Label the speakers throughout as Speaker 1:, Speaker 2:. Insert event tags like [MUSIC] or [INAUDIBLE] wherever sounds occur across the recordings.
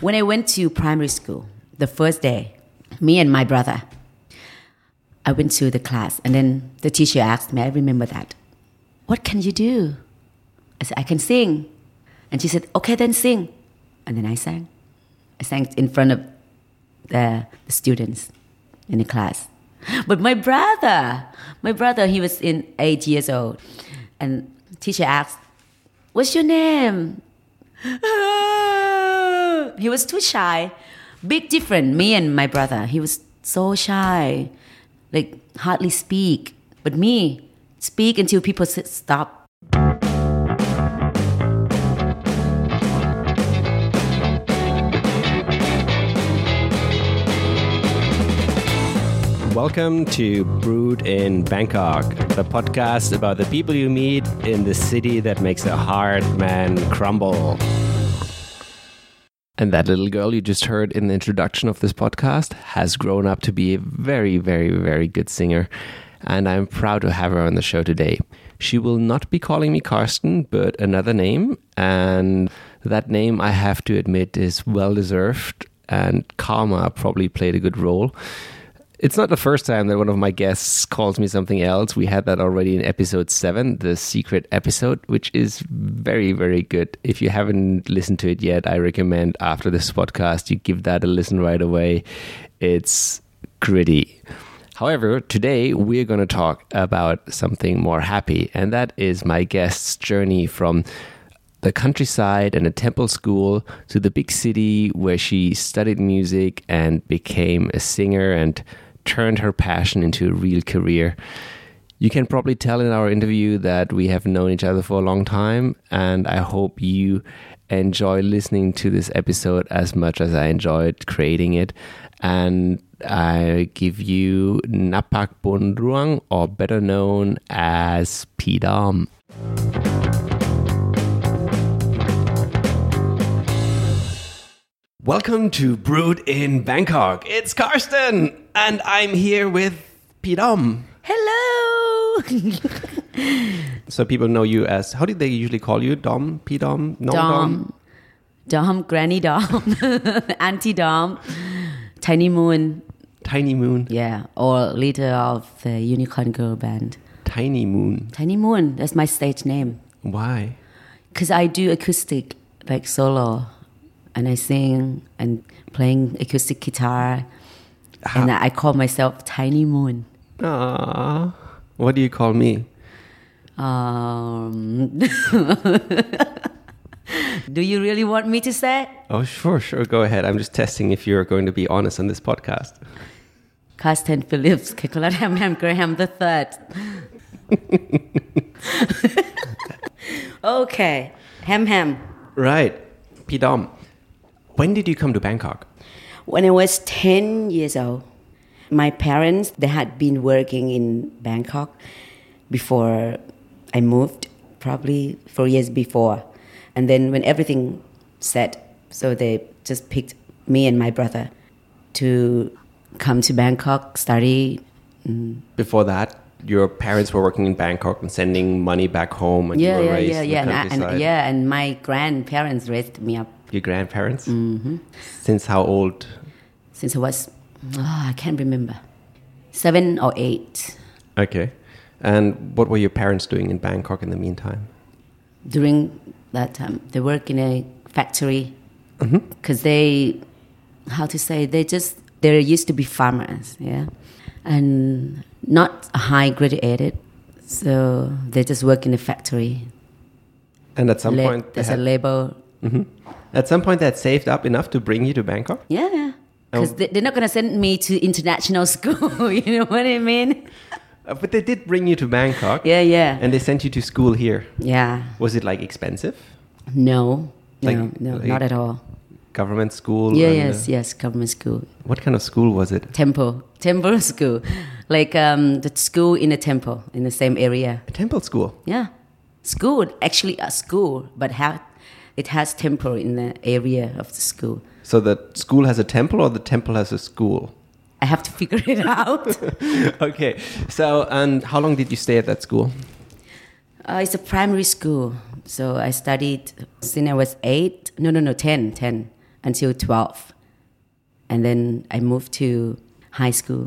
Speaker 1: When I went to primary school, the first day, me and my brother, I went to the class, and then the teacher asked me, I remember that, what can you do? I said, I can sing. And she said, okay, then sing. And then I sang. I sang in front of the, the students in the class. But my brother, my brother, he was in eight years old. And teacher asked, what's your name? he was too shy. Big difference, me and my brother. He was so shy, like hardly speak. But me, speak until people s- stop
Speaker 2: Welcome to Brewed in Bangkok, the podcast about the people you meet in the city that makes a hard man crumble.
Speaker 3: And that little girl you just heard in the introduction of this podcast has grown up to be a very, very, very good singer. And I'm proud to have her on the show today. She will not be calling me Karsten, but another name. And that name, I have to admit, is well deserved. And karma probably played a good role. It's not the first time that one of my guests calls me something else. We had that already in episode seven, the secret episode, which is very, very good. If you haven't listened to it yet, I recommend after this podcast you give that a listen right away. It's gritty. However, today we're going to talk about something more happy, and that is my guest's journey from the countryside and a temple school to the big city where she studied music and became a singer and turned her passion into a real career. You can probably tell in our interview that we have known each other for a long time, and I hope you enjoy listening to this episode as much as I enjoyed creating it. And I give you Napak Bonruang, or better known as Pidam. Welcome to Brewed in Bangkok. It's Karsten, and I'm here with Pidam.
Speaker 1: Hello.
Speaker 3: So people know you as how do they usually call you? Dom, Pidom, no Dom.
Speaker 1: Dom. Dom, Granny Dom, [LAUGHS] Auntie Dom, Tiny Moon,
Speaker 3: Tiny Moon,
Speaker 1: yeah, or leader of the Unicorn Girl Band.
Speaker 3: Tiny Moon.
Speaker 1: Tiny Moon, that's my stage name.
Speaker 3: Why?
Speaker 1: Because I do acoustic, like solo, and I sing and playing acoustic guitar. And I call myself Tiny Moon.
Speaker 3: Ah, what do you call me?
Speaker 1: Um, [LAUGHS] do you really want me to say it?
Speaker 3: Oh, sure, sure. Go ahead. I'm just testing if you're going to be honest on this podcast.
Speaker 1: Carsten Phillips, Caroline Hamham Graham the third. okay, Ham Ham.
Speaker 3: Right, Pidom. When did you come to Bangkok?
Speaker 1: When I was 10 years old, my parents, they had been working in Bangkok before I moved, probably four years before. And then when everything set, so they just picked me and my brother to come to Bangkok, study.
Speaker 3: Before that, your parents were working in Bangkok and sending money back home, and
Speaker 1: Yeah,
Speaker 3: you were
Speaker 1: yeah,
Speaker 3: raised
Speaker 1: yeah,
Speaker 3: in
Speaker 1: yeah.
Speaker 3: the
Speaker 1: And,
Speaker 3: countryside.
Speaker 1: and, yeah, and my grandparents raised me up
Speaker 3: Your grandparents? Mm-hmm. Since how old?
Speaker 1: since I was, ah, I can't remember, seven or eight.
Speaker 3: Okay. And what were your parents doing in Bangkok in the meantime?
Speaker 1: during that time they work in a factory
Speaker 3: Mm-hmm.
Speaker 1: because they how to say they just they used to be farmers yeah and not high graduated so they just work in a factory
Speaker 3: And at some
Speaker 1: La-
Speaker 3: point, they
Speaker 1: there's a
Speaker 3: had,
Speaker 1: labor
Speaker 3: at some point, they had saved up enough to bring you to Bangkok.
Speaker 1: yeah yeah
Speaker 3: Oh.
Speaker 1: because they, they're not going to send me to international [LAUGHS] school you know what i mean
Speaker 3: Uh, But they did bring you to Bangkok.
Speaker 1: yeah yeah
Speaker 3: And they sent you to school here.
Speaker 1: yeah
Speaker 3: Was it like expensive?
Speaker 1: no no
Speaker 3: Like-
Speaker 1: no
Speaker 3: like-
Speaker 1: not at all
Speaker 3: Government school?
Speaker 1: yeah
Speaker 3: and,
Speaker 1: yes
Speaker 3: uh,
Speaker 1: yes government school
Speaker 3: What kind of school was it?
Speaker 1: temple temple [LAUGHS] school like um, the school in a temple in the same area
Speaker 3: A temple school.
Speaker 1: yeah school actually a school but have it has temple in the area of the school
Speaker 3: So the school has a temple or the temple has a school?
Speaker 1: i
Speaker 3: [LAUGHS]
Speaker 1: have to [LAUGHS] figure it out
Speaker 3: okay. So, and how long did you stay at that school?
Speaker 1: uh, it's a primary school so i studied since i was eight no no no ten, ten, until 12. And then I moved to high school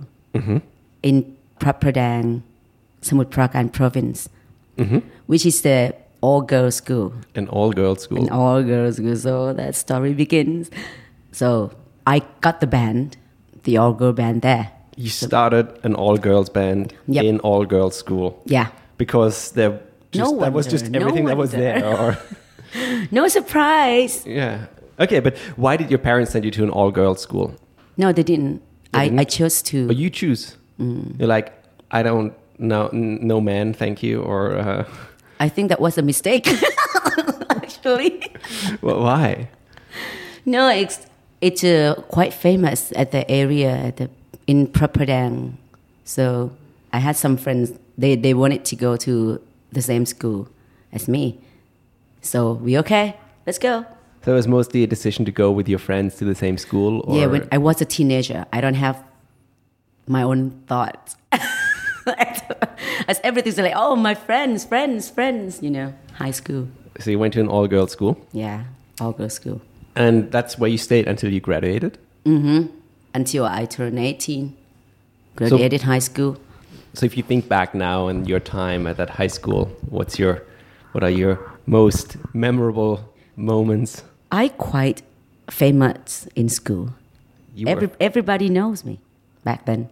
Speaker 1: in Phra Pradang, Samut Prakan province, Mm-hmm. which is the all girls school
Speaker 3: An all girls school.
Speaker 1: and all girls go so that story begins so i got the band the all girl band there
Speaker 3: You started an all girls band
Speaker 1: Yep.
Speaker 3: in all girls school
Speaker 1: yeah
Speaker 3: because there just,
Speaker 1: No
Speaker 3: that was just
Speaker 1: wonder, no
Speaker 3: everything that was
Speaker 1: wonder. [LAUGHS]
Speaker 3: there. Or,
Speaker 1: no surprise
Speaker 3: yeah. Okay, but why did your parents send you to an all girls school?
Speaker 1: no they didn't I, I chose
Speaker 3: Or
Speaker 1: to
Speaker 3: you choose.
Speaker 1: Mm.
Speaker 3: You're like, I don't know, n- no man, thank you. Or [LAUGHS] uh,
Speaker 1: i think that was a mistake [LAUGHS] actually
Speaker 3: well, why?
Speaker 1: no it's it's uh, quite famous at the area at the, in Prapadang. so i had some friends they, they wanted to go to the same school as me so we okay let's go
Speaker 3: So it was mostly a decision to go with your friends to the same school. Or,
Speaker 1: Yeah, when I was a teenager, I don't have my own thoughts. [LAUGHS] As everything's like, oh, my friends, friends, friends, you know, high school.
Speaker 3: so you went to an all girls school,
Speaker 1: Yeah, all girls school.
Speaker 3: and that's where you stayed until you graduated.
Speaker 1: Until I turned 18, graduated high school.
Speaker 3: So if you think back now and your time at that high school, what's your, what are your most memorable moments?
Speaker 1: I quite famous in school.
Speaker 3: You
Speaker 1: Every,
Speaker 3: were
Speaker 1: everybody knows me back then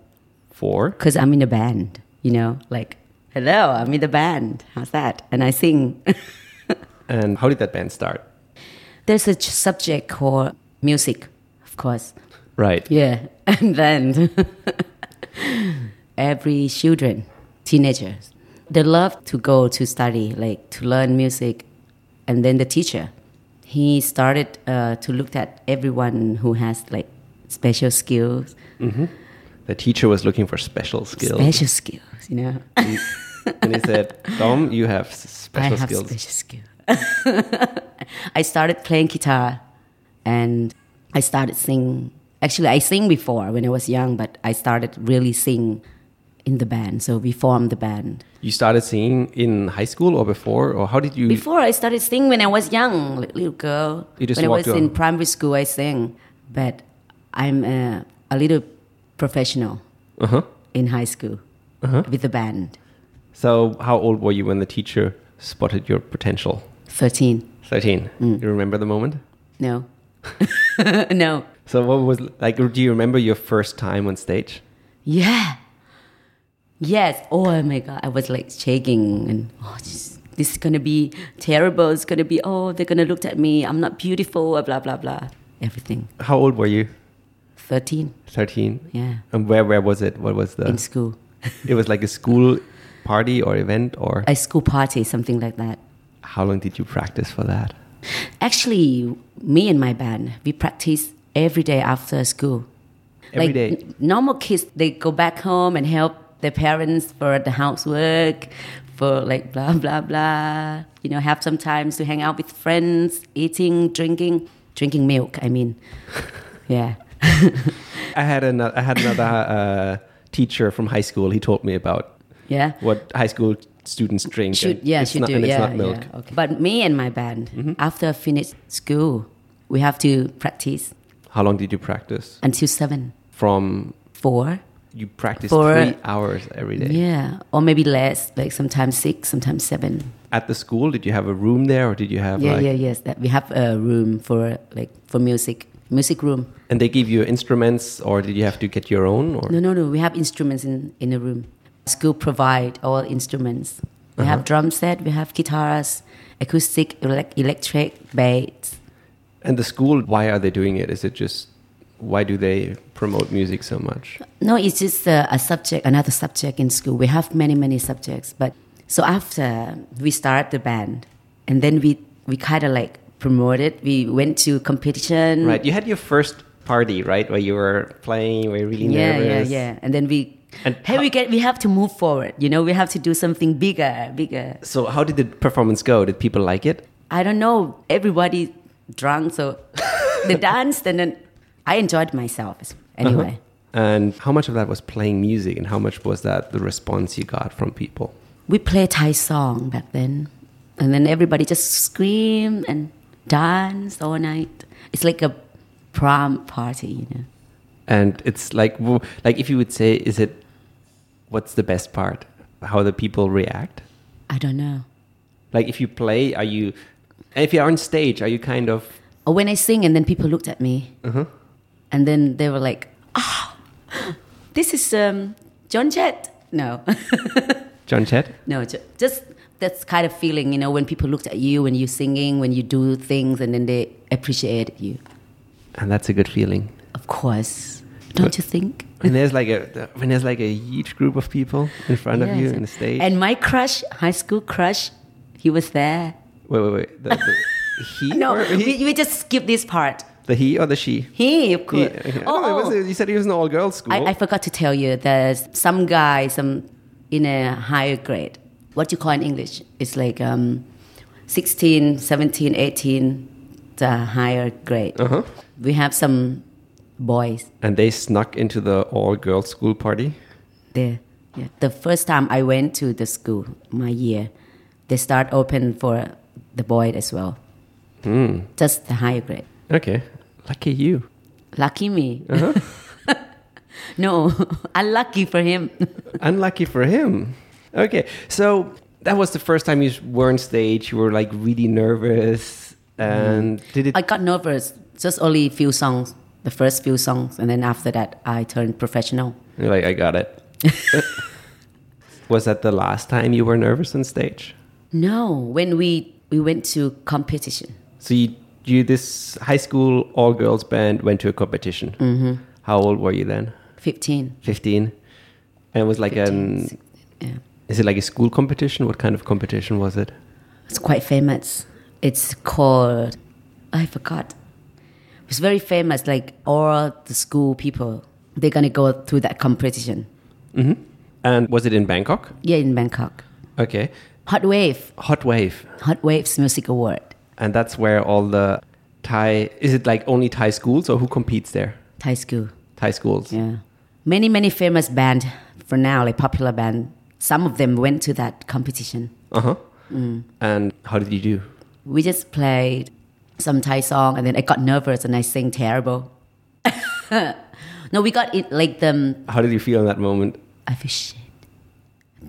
Speaker 3: four.
Speaker 1: because I'm in a band, you know, like, hello, I'm in the band. How's that? And I sing. [LAUGHS]
Speaker 3: And how did that band start?
Speaker 1: There's a subject called music, of course.
Speaker 3: Right.
Speaker 1: Yeah, [LAUGHS] and then [LAUGHS] every children, teenagers, they love to go to study, like to learn music, and then the teacher, he started uh, to look at everyone who has like special skills,
Speaker 3: The teacher was looking for special skills.
Speaker 1: special skills, you know.
Speaker 3: and he said,
Speaker 1: [LAUGHS]
Speaker 3: Tom, you have s- special
Speaker 1: I have
Speaker 3: skills.
Speaker 1: special skill. [LAUGHS] I started playing guitar and I started singing. Actually, I sing before when I was young, but I started really sing in the band. So we formed the band.
Speaker 3: You started singing in high school or before, or how did you?
Speaker 1: Before I started singing when I was young, like little girl.
Speaker 3: You just
Speaker 1: when I
Speaker 3: walked
Speaker 1: was in
Speaker 3: on.
Speaker 1: primary school, I sang, but I'm a, a little professional
Speaker 3: Uh huh.
Speaker 1: in high school
Speaker 3: Uh-huh.
Speaker 1: with the band.
Speaker 3: So how old were you when the teacher spotted your potential?
Speaker 1: Thirteen?
Speaker 3: Thirteen.
Speaker 1: Mm.
Speaker 3: You remember the moment?
Speaker 1: No, [LAUGHS] no.
Speaker 3: So what was like? Do you remember your first time on stage?
Speaker 1: Yeah. Yes. Oh my god, I was like shaking and oh, this, this is gonna be terrible. It's gonna be oh, they're gonna look at me. I'm not beautiful. Blah blah blah. Everything.
Speaker 3: How old were you?
Speaker 1: Thirteen.
Speaker 3: Thirteen.
Speaker 1: Yeah.
Speaker 3: And where where was it? What was the?
Speaker 1: In school,
Speaker 3: It was like a school party or event or.
Speaker 1: a school party, something like that.
Speaker 3: How long did you practice for that?
Speaker 1: Actually, me and my band, we practice every day after school.
Speaker 3: Every
Speaker 1: like,
Speaker 3: day?
Speaker 1: n- normal kids, they go back home and help their parents for the housework, for like blah, blah, blah. You know, have some times to hang out with friends, eating, drinking, drinking milk, I
Speaker 3: [LAUGHS]
Speaker 1: mean. yeah.
Speaker 3: I had another. I had another uh, teacher from high school. He told me about
Speaker 1: Yeah.
Speaker 3: what high school students drink.
Speaker 1: Should,
Speaker 3: and
Speaker 1: yeah,
Speaker 3: it's
Speaker 1: should
Speaker 3: not,
Speaker 1: do.
Speaker 3: And it's
Speaker 1: yeah,
Speaker 3: not milk. Mm-hmm.
Speaker 1: yeah. Okay. But me and my band, after I finished school, we have to practice
Speaker 3: How long did you practice?
Speaker 1: until seven,
Speaker 3: From
Speaker 1: four,
Speaker 3: you practice
Speaker 1: For-
Speaker 3: three hours every day
Speaker 1: Yeah, or maybe less, like sometimes six, sometimes seven.
Speaker 3: at the school. Did you have a room there, or did you have
Speaker 1: yeah,
Speaker 3: like?
Speaker 1: yeah, yes. That we have a room for like for music, music room.
Speaker 3: And they give you instruments, or did you have to get your own? Or
Speaker 1: No, no, no. We have instruments in in the room. School provide all instruments. We have
Speaker 3: Uh-huh.
Speaker 1: drum set. We have guitars, acoustic, elec- electric, bass.
Speaker 3: and the school, why are they doing it? Is it just why do they promote music so much?
Speaker 1: No, it's just a, a subject, another subject in school. We have many, many subjects. But so after we start the band, and then we we kind of like promoted. We went to competition.
Speaker 3: Right, you had your first party, right, where you were playing, you were really
Speaker 1: yeah
Speaker 3: nervous.
Speaker 1: yeah yeah and then we
Speaker 3: And
Speaker 1: hey
Speaker 3: how-
Speaker 1: we get we have to move forward you know we have to do something bigger bigger
Speaker 3: So how did the performance go? Did people like it?
Speaker 1: i don't know everybody drunk so [LAUGHS] they danced and then i enjoyed myself anyway
Speaker 3: Uh-huh. And how much of that was playing music, and how much was that the response you got from people?
Speaker 1: we play thai song back then and then everybody just scream and dance all night it's like a prom party, you know.
Speaker 3: And it's like, w- like if you would say, is it, what's the best part? How the people react?
Speaker 1: I don't know.
Speaker 3: Like if you play, are you, and if you're on stage, are you kind of,
Speaker 1: Or when I sing and then people looked at me.
Speaker 3: Mm-hmm.
Speaker 1: And then they were like, ah, this is um, John Jett. No, [LAUGHS]
Speaker 3: John Chet?
Speaker 1: no, ju- just that's kind of feeling, you know, when people looked at you, when you're singing, when you do things and then they appreciated you.
Speaker 3: And that's a good feeling.
Speaker 1: Of course. Don't you think?
Speaker 3: When there's like a, when there's like a huge group of people in front of you
Speaker 1: Yes.
Speaker 3: in the stage.
Speaker 1: And my crush, high school crush, he was there.
Speaker 3: wait, wait, wait. The,
Speaker 1: [LAUGHS]
Speaker 3: the, he,
Speaker 1: No,
Speaker 3: or he,
Speaker 1: we, we just skip this part.
Speaker 3: the he or the she?
Speaker 1: He, of course.
Speaker 3: Yeah, okay.
Speaker 1: Oh,
Speaker 3: No, it was-
Speaker 1: oh.
Speaker 3: you said he was an all-girls school.
Speaker 1: I, I forgot to tell you, there's some guy, some in a higher grade. What do you call in English? It's like um, 16, 17, 18, the higher grade.
Speaker 3: Uh-huh.
Speaker 1: We have some boys
Speaker 3: and they snuck into the all-girls school party.
Speaker 1: there. Yeah. The first time I went to the school, my year, they start open for the boy as well. Just the higher grade.
Speaker 3: Okay, lucky you.
Speaker 1: Lucky me. [LAUGHS] no, [LAUGHS] unlucky for him.
Speaker 3: Unlucky for him. Okay, so that was the first time you were on stage. You were like really nervous, and Mm-hmm. did it?
Speaker 1: I got nervous. Just only few songs, the first few songs, and then after that, I turned professional.
Speaker 3: You're like, I got [LAUGHS] it. was that the last time you were nervous on stage?
Speaker 1: No, when we we went to competition,
Speaker 3: So you, you this high school all girls band went to a competition. Mm-hmm. How old were you then?
Speaker 1: fifteen.
Speaker 3: Fifteen. And it was like
Speaker 1: 15,
Speaker 3: an
Speaker 1: 16, yeah.
Speaker 3: Is it like a school competition? What kind of competition was it?
Speaker 1: It's quite famous. It's called I forgot. It's very famous. Like all the school people, they're gonna go through that competition.
Speaker 3: And was it in Bangkok?
Speaker 1: Yeah, in Bangkok,
Speaker 3: Okay.
Speaker 1: Hot Wave,
Speaker 3: Hot Wave.
Speaker 1: Hot Waves Music Award,
Speaker 3: And that's where all the Thai is it like only Thai schools or who competes there?
Speaker 1: Thai school.
Speaker 3: Thai schools.
Speaker 1: Yeah. Many, many famous band for now, like popular band. Some of them went to that competition.
Speaker 3: Uh-huh. And how did you do?
Speaker 1: We just played some Thai song and then I got nervous and I sang terrible. [LAUGHS] no, we got it like them
Speaker 3: How did you feel in that moment?
Speaker 1: I feel shit.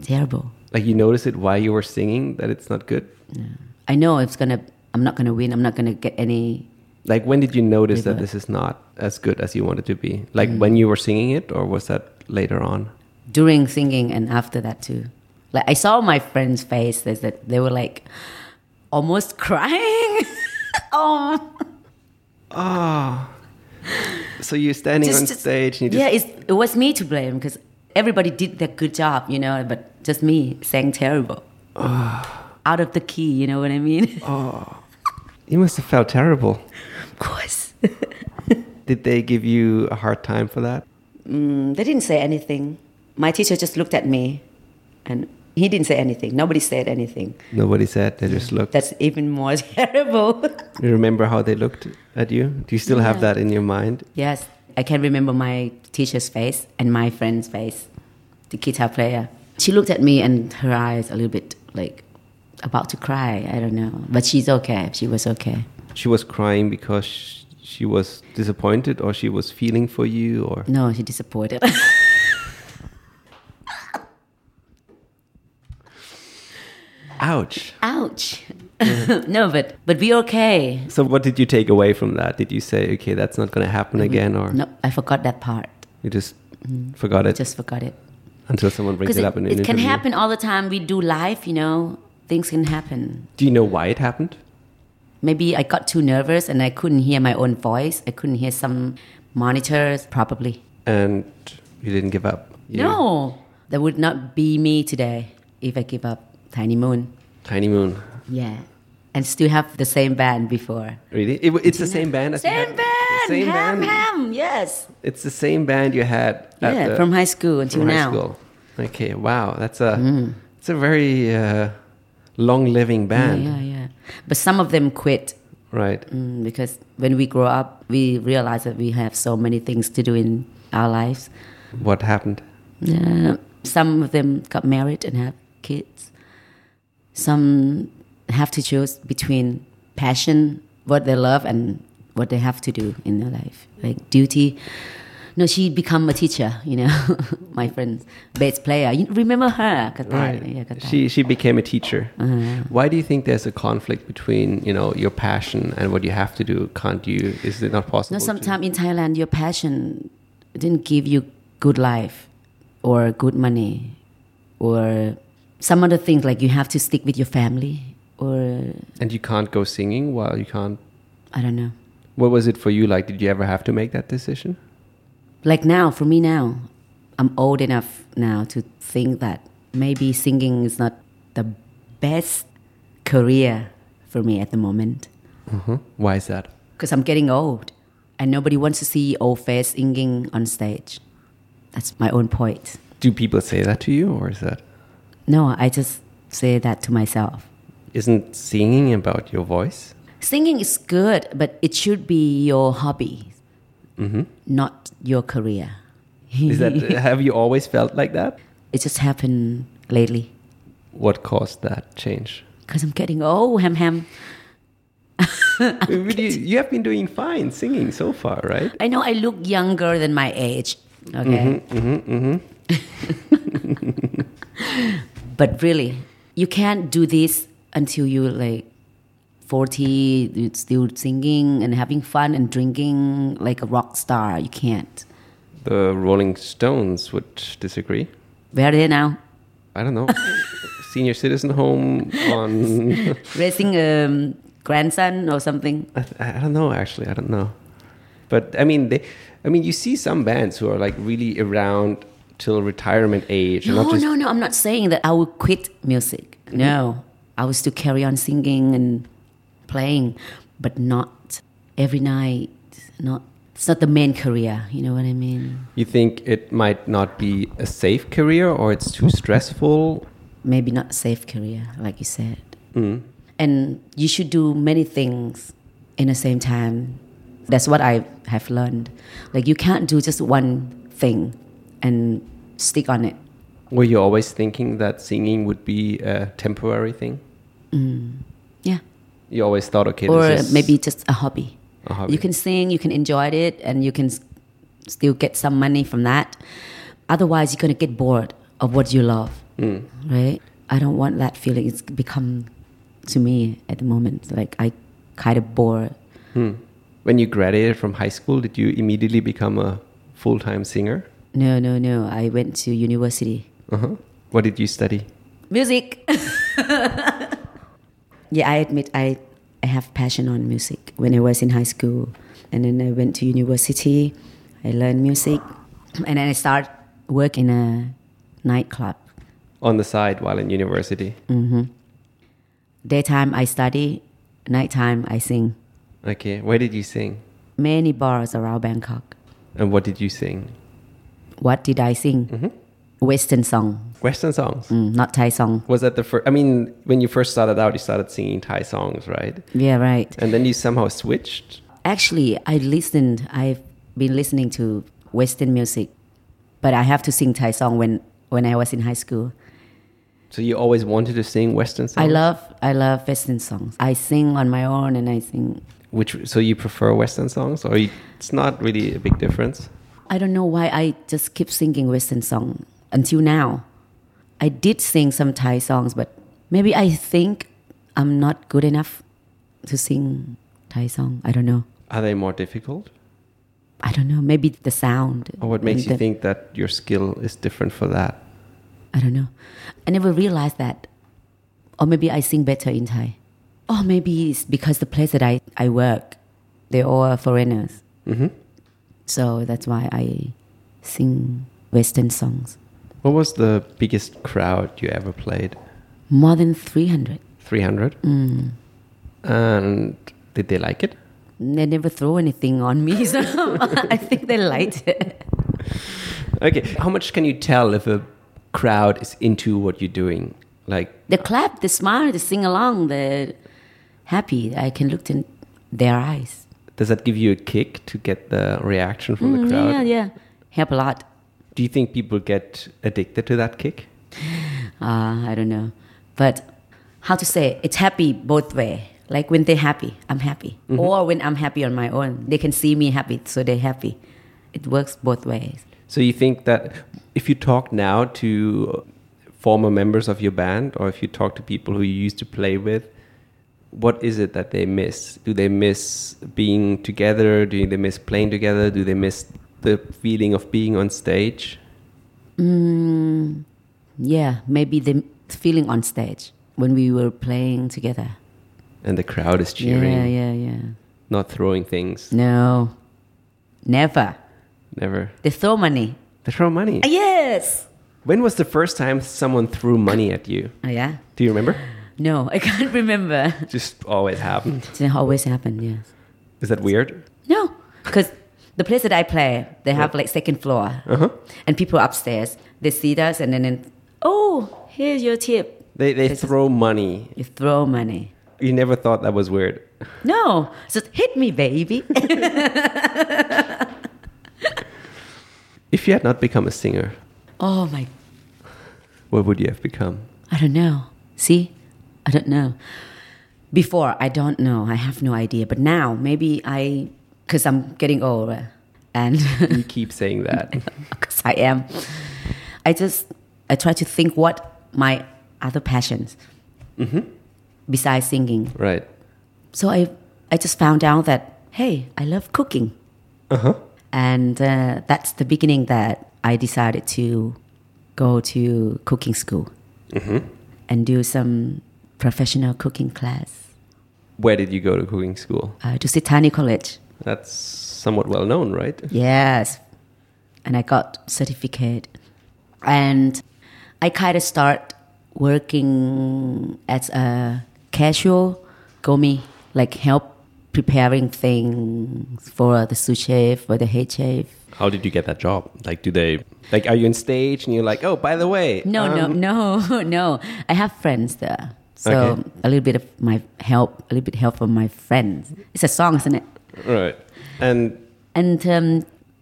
Speaker 1: Terrible.
Speaker 3: Like you notice it while you were singing that it's not good?
Speaker 1: I know it's gonna I'm not gonna win, I'm not gonna get any
Speaker 3: Like when did you notice that
Speaker 1: Yeah.
Speaker 3: this is not as good as you want it to be? Like when you were singing it or was that later on?
Speaker 1: during singing and after that too. Like I saw my friend's face they said they were like almost [LAUGHS] crying. oh
Speaker 3: So you're standing
Speaker 1: Just-
Speaker 3: on
Speaker 1: just-
Speaker 3: stage and you
Speaker 1: yeah,
Speaker 3: just
Speaker 1: it's, it was me to blame because everybody did their good job, you know, but just me sang terrible.
Speaker 3: Ah.
Speaker 1: Out of the key, you know what I mean?
Speaker 3: you must have felt terrible.
Speaker 1: [LAUGHS] Of course.
Speaker 3: Did they give you a hard time for that?
Speaker 1: Mm, they didn't say anything. My teacher just looked at me and he didn't say anything. Nobody said anything.
Speaker 3: Nobody said. They just looked.
Speaker 1: That's even more [LAUGHS] terrible.
Speaker 3: You remember how they looked at you? Do you still have
Speaker 1: Yeah.
Speaker 3: that in your mind?
Speaker 1: yes, I can remember my teacher's face and my friend's face, the guitar player. She looked at me and her eyes a little bit like about to cry. I don't know. But she's okay. She was okay.
Speaker 3: She was crying because sh- she was disappointed, or she was feeling for you, or
Speaker 1: No, she disappointed. [LAUGHS]
Speaker 3: ouch.
Speaker 1: Ouch. [LAUGHS] no, but but we okay.
Speaker 3: So, what did you take away from that? Did you say, "Okay, that's not going to happen again," or
Speaker 1: Mm-hmm. No, I forgot that part.
Speaker 3: you just forgot it
Speaker 1: Just forgot it.
Speaker 3: until someone brings
Speaker 1: Because
Speaker 3: it,
Speaker 1: it,
Speaker 3: up in an
Speaker 1: it
Speaker 3: interview?
Speaker 1: can happen all the time. We do live, you know. Things can happen.
Speaker 3: Do you know why it happened?
Speaker 1: Maybe I got too nervous and I couldn't hear my own voice. I couldn't hear some monitors, probably.
Speaker 3: And you didn't give up. You-
Speaker 1: No, that would not be me today if I give up Tiny Moon.
Speaker 3: Tiny Moon.
Speaker 1: Yeah, and still have the same band before.
Speaker 3: Really? It, w- it's the same band. As you
Speaker 1: Same
Speaker 3: had-
Speaker 1: band,
Speaker 3: Same
Speaker 1: ham,
Speaker 3: band.
Speaker 1: ham. Yes.
Speaker 3: It's the same band you had. at
Speaker 1: Yeah,
Speaker 3: the-
Speaker 1: from high school until
Speaker 3: from
Speaker 1: now. Hmm.
Speaker 3: high school. Okay, wow, that's a it's a very uh, long living
Speaker 1: Yeah,
Speaker 3: band,
Speaker 1: yeah, yeah. But some of them quit
Speaker 3: right?
Speaker 1: Mm, because when we grow up, we realize that we have so many things to do in our lives.
Speaker 3: What happened?
Speaker 1: Yeah. Some of them got married and have kids. Some have to choose between passion, what they love, and what they have to do in their life, like duty. No, she become a teacher. You know, [LAUGHS] my friend, bass player. You remember her? Katai? Yeah, Uh-huh. Katai.
Speaker 3: She she became a teacher. Why do you think there's a conflict between you know your passion and what you have to do? Can't you? Is it not possible?
Speaker 1: No,
Speaker 3: to-
Speaker 1: sometimes in Thailand, your passion didn't give you good life or good money or some other things like you have to stick with your family or
Speaker 3: and you can't go singing while you can't.
Speaker 1: I don't know.
Speaker 3: What was it for you like? Did you ever have to make that decision?
Speaker 1: Like now, for me now, I'm old enough now to think that maybe singing is not the best career for me at the moment.
Speaker 3: Why is that?
Speaker 1: because I'm getting old and nobody wants to see old face singing on stage. That's my own point.
Speaker 3: Do people say that to you, or is that
Speaker 1: No, I just say that to myself.
Speaker 3: isn't singing about your voice?
Speaker 1: Singing is good, but it should be your hobby, not your career. [LAUGHS]
Speaker 3: Is that have you always felt like that?
Speaker 1: It just happened lately
Speaker 3: What caused that change?
Speaker 1: because I'm getting old, ham ham.
Speaker 3: But you, you have been doing fine singing so far, right?
Speaker 1: I know I look younger than my age. Okay. [LAUGHS] but really, you can't do this until you're like 40, you're still singing and having fun and drinking like a rock star. You can't.
Speaker 3: The Rolling Stones would disagree.
Speaker 1: Where are they now?
Speaker 3: I don't [LAUGHS] know. Senior citizen home on.
Speaker 1: Raising a um, grandson or something?
Speaker 3: I, I don't know actually. I don't know. But I mean, they. I mean, you see some bands who are like really around till retirement age. and
Speaker 1: No,
Speaker 3: not just- Mm-hmm.
Speaker 1: no, no. I'm not saying that I will quit music. No, I will still carry on singing and playing, but not every night. Not it's not the main career. You know what I mean?
Speaker 3: You think it might not be a safe career, or it's too stressful,
Speaker 1: Maybe not safe career, like you said.
Speaker 3: Mm-hmm.
Speaker 1: And you should do many things in the same time. That's what I have learned. Like you can't do just one thing and stick on it.
Speaker 3: Were you always thinking that singing would be a temporary thing?
Speaker 1: Yeah.
Speaker 3: You always thought, okay,
Speaker 1: or
Speaker 3: this is
Speaker 1: maybe just a hobby.
Speaker 3: A hobby.
Speaker 1: You can sing, you can enjoy it, and you can s- still get some money from that. Otherwise, you're gonna get bored of what you love,
Speaker 3: Mm.
Speaker 1: right? I don't want that feeling. It's become to me at the moment like I kind of bored.
Speaker 3: when you graduated from high school, did you immediately become a full-time singer?
Speaker 1: No, no, no. I went to university,
Speaker 3: Uh-huh. What did you study?
Speaker 1: music. [LAUGHS] yeah, I admit I I have passion on music. When I was in high school, and then I went to university, I learned music, [CLEARS THROAT] and then I start work in a nightclub.
Speaker 3: On the side while in university.
Speaker 1: Daytime I study, nighttime I sing.
Speaker 3: Okay, where did you sing?
Speaker 1: Many bars around Bangkok.
Speaker 3: And what did you sing?
Speaker 1: What did I sing? Western song,
Speaker 3: Western songs.
Speaker 1: Mm, not Thai song.
Speaker 3: Was that the first? I mean, when you first started out, you started singing Thai songs, right?
Speaker 1: Yeah, right.
Speaker 3: And then you somehow switched.
Speaker 1: Actually, I listened. I've been listening to Western music, but I have to sing Thai song when when I was in high school.
Speaker 3: So you always wanted to sing Western songs.
Speaker 1: I love I love Western songs. I sing on my own and I sing.
Speaker 3: Which so you prefer Western songs, or you, it's not really a big difference?
Speaker 1: I don't know why I just keep singing Western song until now. I did sing some Thai songs, but maybe I think I'm not good enough to sing Thai song. I don't know.
Speaker 3: Are they more difficult?
Speaker 1: I don't know. Maybe the sound.
Speaker 3: Or what makes
Speaker 1: and
Speaker 3: you
Speaker 1: the-
Speaker 3: think that your skill is different for that?
Speaker 1: I don't know. I never realized that. Or maybe I sing better in Thai. Or maybe it's because the place that I, I work, they're all foreigners. Mm-hmm. So that's why I sing Western songs.
Speaker 3: What was the biggest crowd you ever played?
Speaker 1: More than 300.
Speaker 3: 300? Mm. And did they like it?
Speaker 1: They never throw anything on me, [LAUGHS] so I think they liked it.
Speaker 3: Okay. How much can you tell if a crowd is into what you're doing? Like,
Speaker 1: They clap, they smile, they sing along, they're happy. I can look in their eyes.
Speaker 3: does that give you a kick to get the reaction from the crowd?
Speaker 1: Mm, Yeah, yeah. Help a lot.
Speaker 3: Do you think people get addicted to that kick?
Speaker 1: uh, I don't know. But how to say it? it's happy both way. Like when they're happy, I'm happy. Or when I'm happy on my own, they can see me happy, so they're happy. It works both ways.
Speaker 3: So you think that if you talk now to former members of your band, or if you talk to people who you used to play with, what is it that they miss? Do they miss being together? Do they miss playing together? Do they miss the feeling of being on stage?
Speaker 1: Yeah, maybe the feeling on stage when we were playing together.
Speaker 3: And the crowd is cheering,
Speaker 1: Yeah, yeah, yeah.
Speaker 3: not throwing things.
Speaker 1: No, never.
Speaker 3: Never.
Speaker 1: They throw money.
Speaker 3: They throw money.
Speaker 1: Ah, yes.
Speaker 3: When was the first time someone threw money at you?
Speaker 1: Oh, yeah.
Speaker 3: Do you remember?
Speaker 1: No, [LAUGHS] I can't remember.
Speaker 3: Just always happened.
Speaker 1: It always happened, yes.
Speaker 3: Is that weird?
Speaker 1: No, because the place that I play, they have like second floor, and people upstairs they see us, and then, then oh, here's your tip.
Speaker 3: They they
Speaker 1: This is-
Speaker 3: throw money.
Speaker 1: You throw money.
Speaker 3: You never thought that was weird.
Speaker 1: No, so hit me, baby. [LAUGHS]
Speaker 3: If you had not become a singer,
Speaker 1: oh my,
Speaker 3: what would you have become?
Speaker 1: I don't know. See, I don't know. Before I don't know. I have no idea. But now maybe I, because I'm getting older, and [LAUGHS]
Speaker 3: You keep saying that.
Speaker 1: because I am. I just I try to think what my other passions besides singing.
Speaker 3: right.
Speaker 1: So I I just found out that hey, I love cooking, and uh, that's the beginning that I decided to go to cooking school and do some professional cooking class
Speaker 3: Where did you go to cooking school?
Speaker 1: uh, to Sitani College.
Speaker 3: That's somewhat well known, right?
Speaker 1: Yes. And I got certificate. And I kind of start working as a casual gourmet, like help preparing things for the sous chef, for the head chef.
Speaker 3: How did you get that job? Like, do they like? Are you on stage and you're like, oh, by the way? um,"
Speaker 1: No, no, no, [LAUGHS] no. I have friends there. So
Speaker 3: Okay.
Speaker 1: a little bit of my help, a little bit help from my friends. It's a song, isn't it?
Speaker 3: no. Right. And
Speaker 1: and um,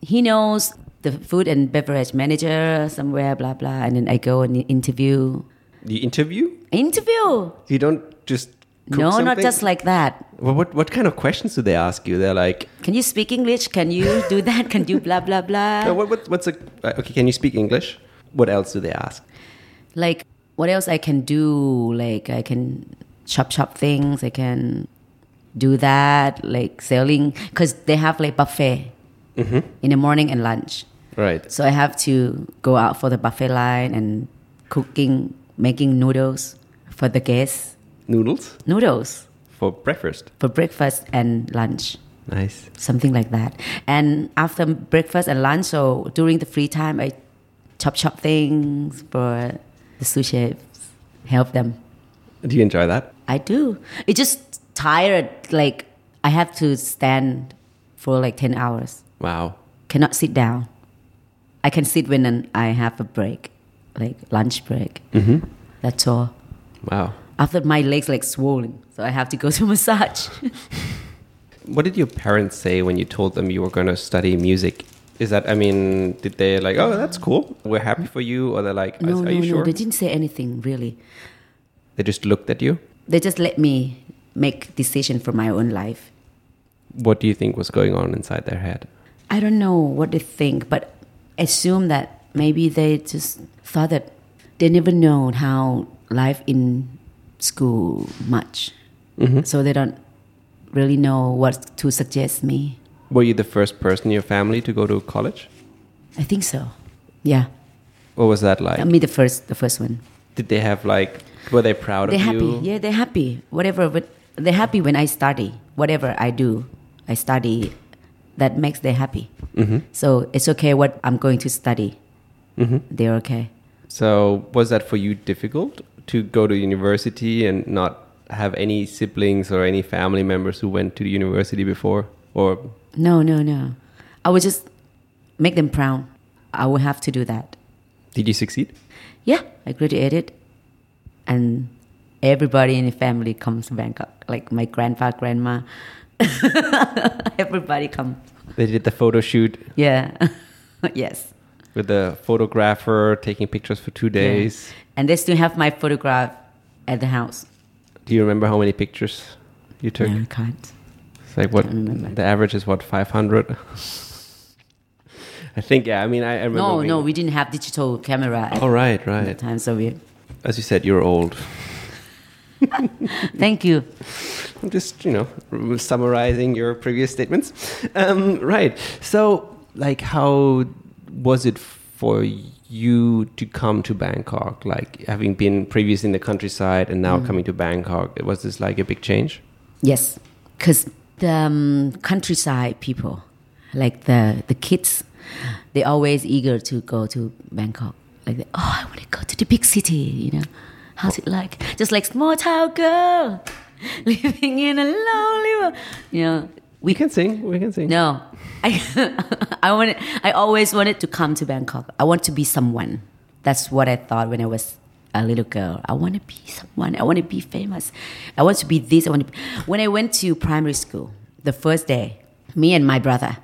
Speaker 1: he knows the food and beverage manager somewhere, blah blah. And then I go and interview,
Speaker 3: you interview?
Speaker 1: interview.
Speaker 3: You don't just cook
Speaker 1: no, not
Speaker 3: something?
Speaker 1: just like that.
Speaker 3: Well, what what kind of questions do they ask you? They're like,
Speaker 1: Can you speak English? Can you do that? Can you blah blah
Speaker 3: "Oh, [LAUGHS]
Speaker 1: blah?
Speaker 3: what, what what's a uh, okay? Can you speak English? What else do they ask?
Speaker 1: Like what else I can do? Like I can chop chop things. I can do that. Like selling because they have like buffet
Speaker 3: Mm-hmm.
Speaker 1: in the morning and lunch.
Speaker 3: Right.
Speaker 1: So I have to go out for the buffet line and cooking, making noodles for the guests.
Speaker 3: Noodles
Speaker 1: Noodles
Speaker 3: for breakfast.
Speaker 1: for breakfast and lunch,
Speaker 3: Nice.
Speaker 1: something like that. And after breakfast and lunch, so during the free time, I chop chop things for the sous chefs, help them.
Speaker 3: Do you enjoy that?
Speaker 1: I do. It's just tired. Like I have to stand for like ten hours.
Speaker 3: Wow.
Speaker 1: cannot sit down. I can sit when an- I have a break, like lunch break. Mm-hmm. That's all.
Speaker 3: Wow.
Speaker 1: After my legs like swollen, so I have to go [LAUGHS] to
Speaker 3: [LAUGHS]
Speaker 1: massage.
Speaker 3: What did your parents say when you told them you were going to study music? Is that, I mean, did they like, oh, that's cool. We're happy for you. Or they're like,
Speaker 1: no,
Speaker 3: are
Speaker 1: no,
Speaker 3: you
Speaker 1: no.
Speaker 3: sure?
Speaker 1: They didn't say anything really.
Speaker 3: they just looked at you.
Speaker 1: They just let me make decision for my own life.
Speaker 3: What do you think was going on inside their head?
Speaker 1: I don't know what they think, but assume that maybe they just thought that they never know how life in school much,
Speaker 3: Mm-hmm.
Speaker 1: so they don't really know what to suggest me.
Speaker 3: Were you the first person in your family to go to college?
Speaker 1: I think so. Yeah,
Speaker 3: What was that like?
Speaker 1: I mean the first, the first one.
Speaker 3: did they have like, were they proud
Speaker 1: They're
Speaker 3: of
Speaker 1: happy.
Speaker 3: you?
Speaker 1: Yeah, they're happy. Whatever, but they're happy when I study. Whatever I do, I study. That makes them happy. So it's okay what I'm going to study. They're okay.
Speaker 3: So was that for you difficult to go to university and not have any siblings or any family members who went to the university before? Or
Speaker 1: No, no, no. I would just make them proud. I would have to do that.
Speaker 3: did you succeed?
Speaker 1: Yeah, I graduated, and everybody in the family comes to Bangkok. Like my grandpa, grandma, [LAUGHS] everybody come.
Speaker 3: They did the photo shoot
Speaker 1: Yeah. [LAUGHS] yes.
Speaker 3: with the photographer taking pictures for two days.
Speaker 1: And they still have my photograph at the house.
Speaker 3: Do you remember how many pictures? you took?
Speaker 1: No, I can't.
Speaker 3: It's like what
Speaker 1: I remember.
Speaker 3: the average is what five hundred. [LAUGHS] I think yeah. I mean I, I remember.
Speaker 1: No,
Speaker 3: being-
Speaker 1: no, we didn't have digital camera at
Speaker 3: Oh right,
Speaker 1: the
Speaker 3: right.
Speaker 1: time, so we.
Speaker 3: As you said, you're old.
Speaker 1: Thank you.
Speaker 3: I'm just you know summarizing your previous statements. [LAUGHS] Um, right. So like, how was it for you to come to Bangkok? Like having been previously in the countryside and
Speaker 1: Mm.
Speaker 3: now coming to Bangkok, was this like a big change?
Speaker 1: Yes, because the um, countryside people, like the the kids, they're always eager to go to Bangkok. Like, they, oh, I want to go to the big city. You know, how's it like? Just like small town girl [LAUGHS] living in a lonely world. You know,
Speaker 3: We can sing. We can sing.
Speaker 1: no, [LAUGHS] I [LAUGHS] I wanted I always wanted to come to Bangkok. I want to be someone. That's what I thought when I was a little girl. I want to be someone. I want to be famous. I want to be this. I want to. Be. When I went to primary school, the first day, me and my brother,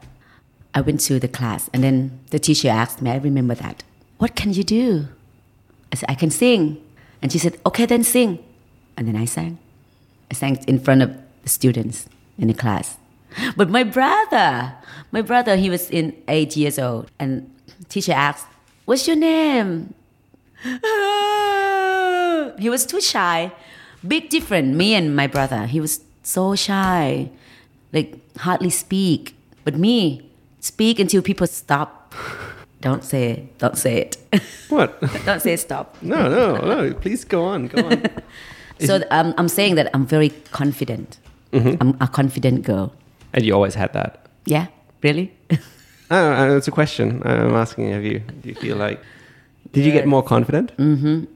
Speaker 1: I went to the class, and then the teacher asked me. I remember that. What can you do? I said I can sing, and she said, "Okay, then sing." And then I sang. I sang in front of the students in the class. But my brother, my brother, he was in eight years old, and teacher asked, "What's your name?" [LAUGHS] he was too shy. Big difference, me and my brother. He was so shy, like hardly speak. But me, speak until people stop. [LAUGHS] Don't say it. Don't say it. [LAUGHS]
Speaker 3: What?
Speaker 1: don't say stop.
Speaker 3: No, no, no. Please go on. Go on.
Speaker 1: So um, I'm saying that I'm very confident. I'm a confident girl.
Speaker 3: [LAUGHS] and you always had that.
Speaker 1: Yeah, really?
Speaker 3: Uh, it's a question I'm asking of you. Do you feel like? Did you get more confident?
Speaker 1: Mm.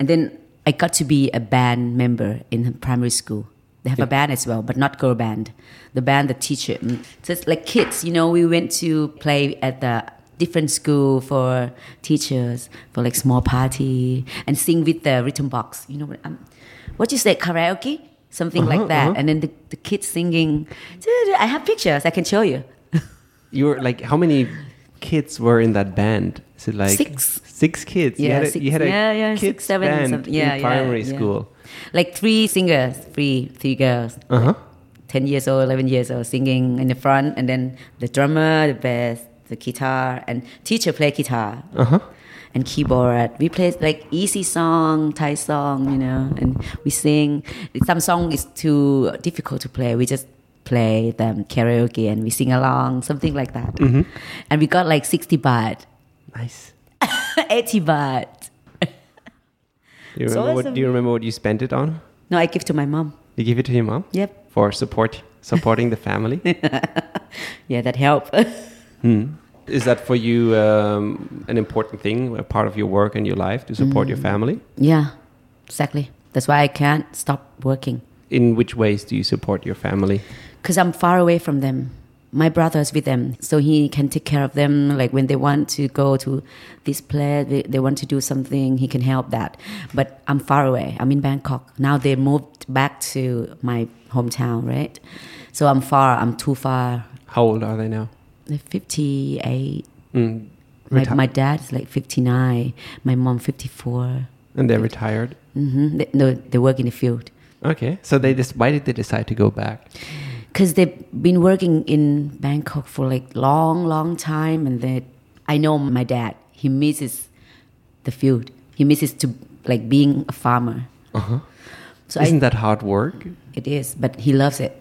Speaker 1: and then I got to be a band member in primary school. They have a band as well, but not girl band. The band, the teacher. mm, So it's like kids, you know, we went to play at the different school for teachers, for like small party, and sing with the rhythm box. You know what? Um, what you say, karaoke? Something like that. And then the, the kids singing. I have pictures, I can show you.
Speaker 3: You were like, how many kids were in that band? Is it like
Speaker 1: Six.
Speaker 3: Six kids. you
Speaker 1: Yeah,
Speaker 3: had a,
Speaker 1: six-
Speaker 3: you had a
Speaker 1: yeah, yeah,
Speaker 3: kids
Speaker 1: six, seven,
Speaker 3: band
Speaker 1: something. Yeah,
Speaker 3: in
Speaker 1: yeah,
Speaker 3: primary
Speaker 1: yeah.
Speaker 3: school.
Speaker 1: Like three singers, three, three girls.
Speaker 3: Uh huh.
Speaker 1: 10 years old, 11 years old, singing in the front, and then the drummer, the bass, the guitar, and teacher play guitar
Speaker 3: Uh huh.
Speaker 1: and keyboard. We play like easy song, Thai song, you know, and we sing. Some song is too difficult to play. We just play them karaoke and we sing along, something like that. And we got like 60 baht, [LAUGHS]
Speaker 3: Nice.
Speaker 1: 80 baht.
Speaker 3: Do you,
Speaker 1: So
Speaker 3: remember what,
Speaker 1: awesome.
Speaker 3: do you remember what you spent it on?
Speaker 1: No, I give to my mom.
Speaker 3: You give it to your mom
Speaker 1: Yep.
Speaker 3: for support, supporting the
Speaker 1: [LAUGHS]
Speaker 3: family.
Speaker 1: Yeah, that helped.
Speaker 3: Is that for you um, an important thing, a part of your work and your life to support
Speaker 1: Mm.
Speaker 3: your family?
Speaker 1: [LAUGHS] yeah, exactly. That's why I can't stop working.
Speaker 3: In which ways do you support your family?
Speaker 1: because I'm far away from them. My brother's with them, so he can take care of them. Like when they want to go to this place, they, they want to do something, he can help that. But I'm far away. I'm in Bangkok now. They moved back to my hometown, right? So I'm far. I'm too far.
Speaker 3: How old are they now?
Speaker 1: They're 58.
Speaker 3: Mm,
Speaker 1: My,
Speaker 3: reti-
Speaker 1: my dad's like 59. My mom 54.
Speaker 3: and they're retired.
Speaker 1: hmm They, no, they work in the field.
Speaker 3: Okay, so they just why did they decide to go back?
Speaker 1: because they've been working in Bangkok for like long, long time, and that I know my dad. He misses the field. He misses to like being a farmer. So
Speaker 3: Isn't
Speaker 1: I,
Speaker 3: that hard work?
Speaker 1: it is, but he loves it.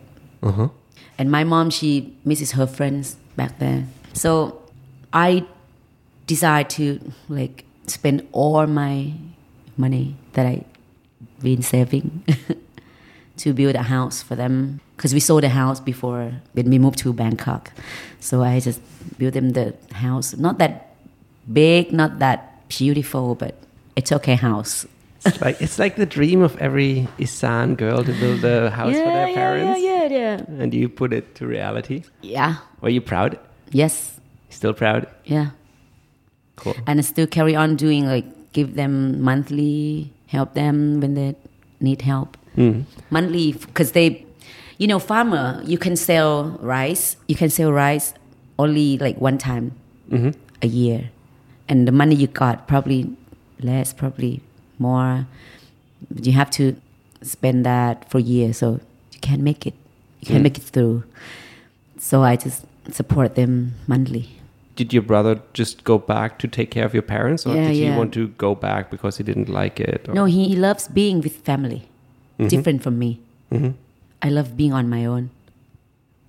Speaker 3: Uh huh.
Speaker 1: And my mom, she misses her friends back there. So I decide to like spend all my money that I been saving [LAUGHS] to build a house for them because we sold a house before when we moved to Bangkok. So I just built them the house, not that big, not that beautiful, but it's okay house.
Speaker 3: It's like it's like the dream of every Isan girl to build a house for their parents,
Speaker 1: yeah, yeah, yeah.
Speaker 3: and you put it to reality.
Speaker 1: Yeah.
Speaker 3: Were you proud?
Speaker 1: Yes.
Speaker 3: Still proud?
Speaker 1: Yeah.
Speaker 3: Cool.
Speaker 1: and I still carry on doing like give them monthly help them when they need help monthly because they you know farmer you can sell rice you can sell rice only like one time a year and the money you got probably less probably more But you have to spend that for years so you can make it. You can make it through. So I just support them monthly.
Speaker 3: Did your brother just go back to take care of your parents, or
Speaker 1: Yeah,
Speaker 3: did he
Speaker 1: yeah.
Speaker 3: want to go back because he didn't like it? Or?
Speaker 1: No, he, he loves being with family, different from me. I love being on my own,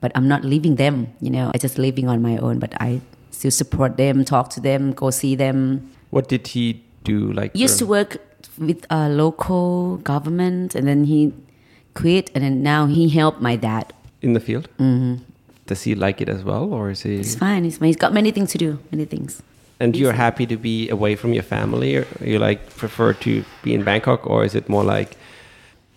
Speaker 1: but I'm not leaving them. You know, I just living on my own, but I still support them, talk to them, go see them.
Speaker 3: What did he do? Like uh,
Speaker 1: He used
Speaker 3: for-
Speaker 1: to work with a local government, and then he quit, and then now he helped my dad.
Speaker 3: in the field. Mm-hmm. Does he like it as well, or is he?
Speaker 1: It's fine. It's fine. He's got many things to do. Many things.
Speaker 3: And you're happy to be away from your family, or you like prefer to be in Bangkok, or is it more like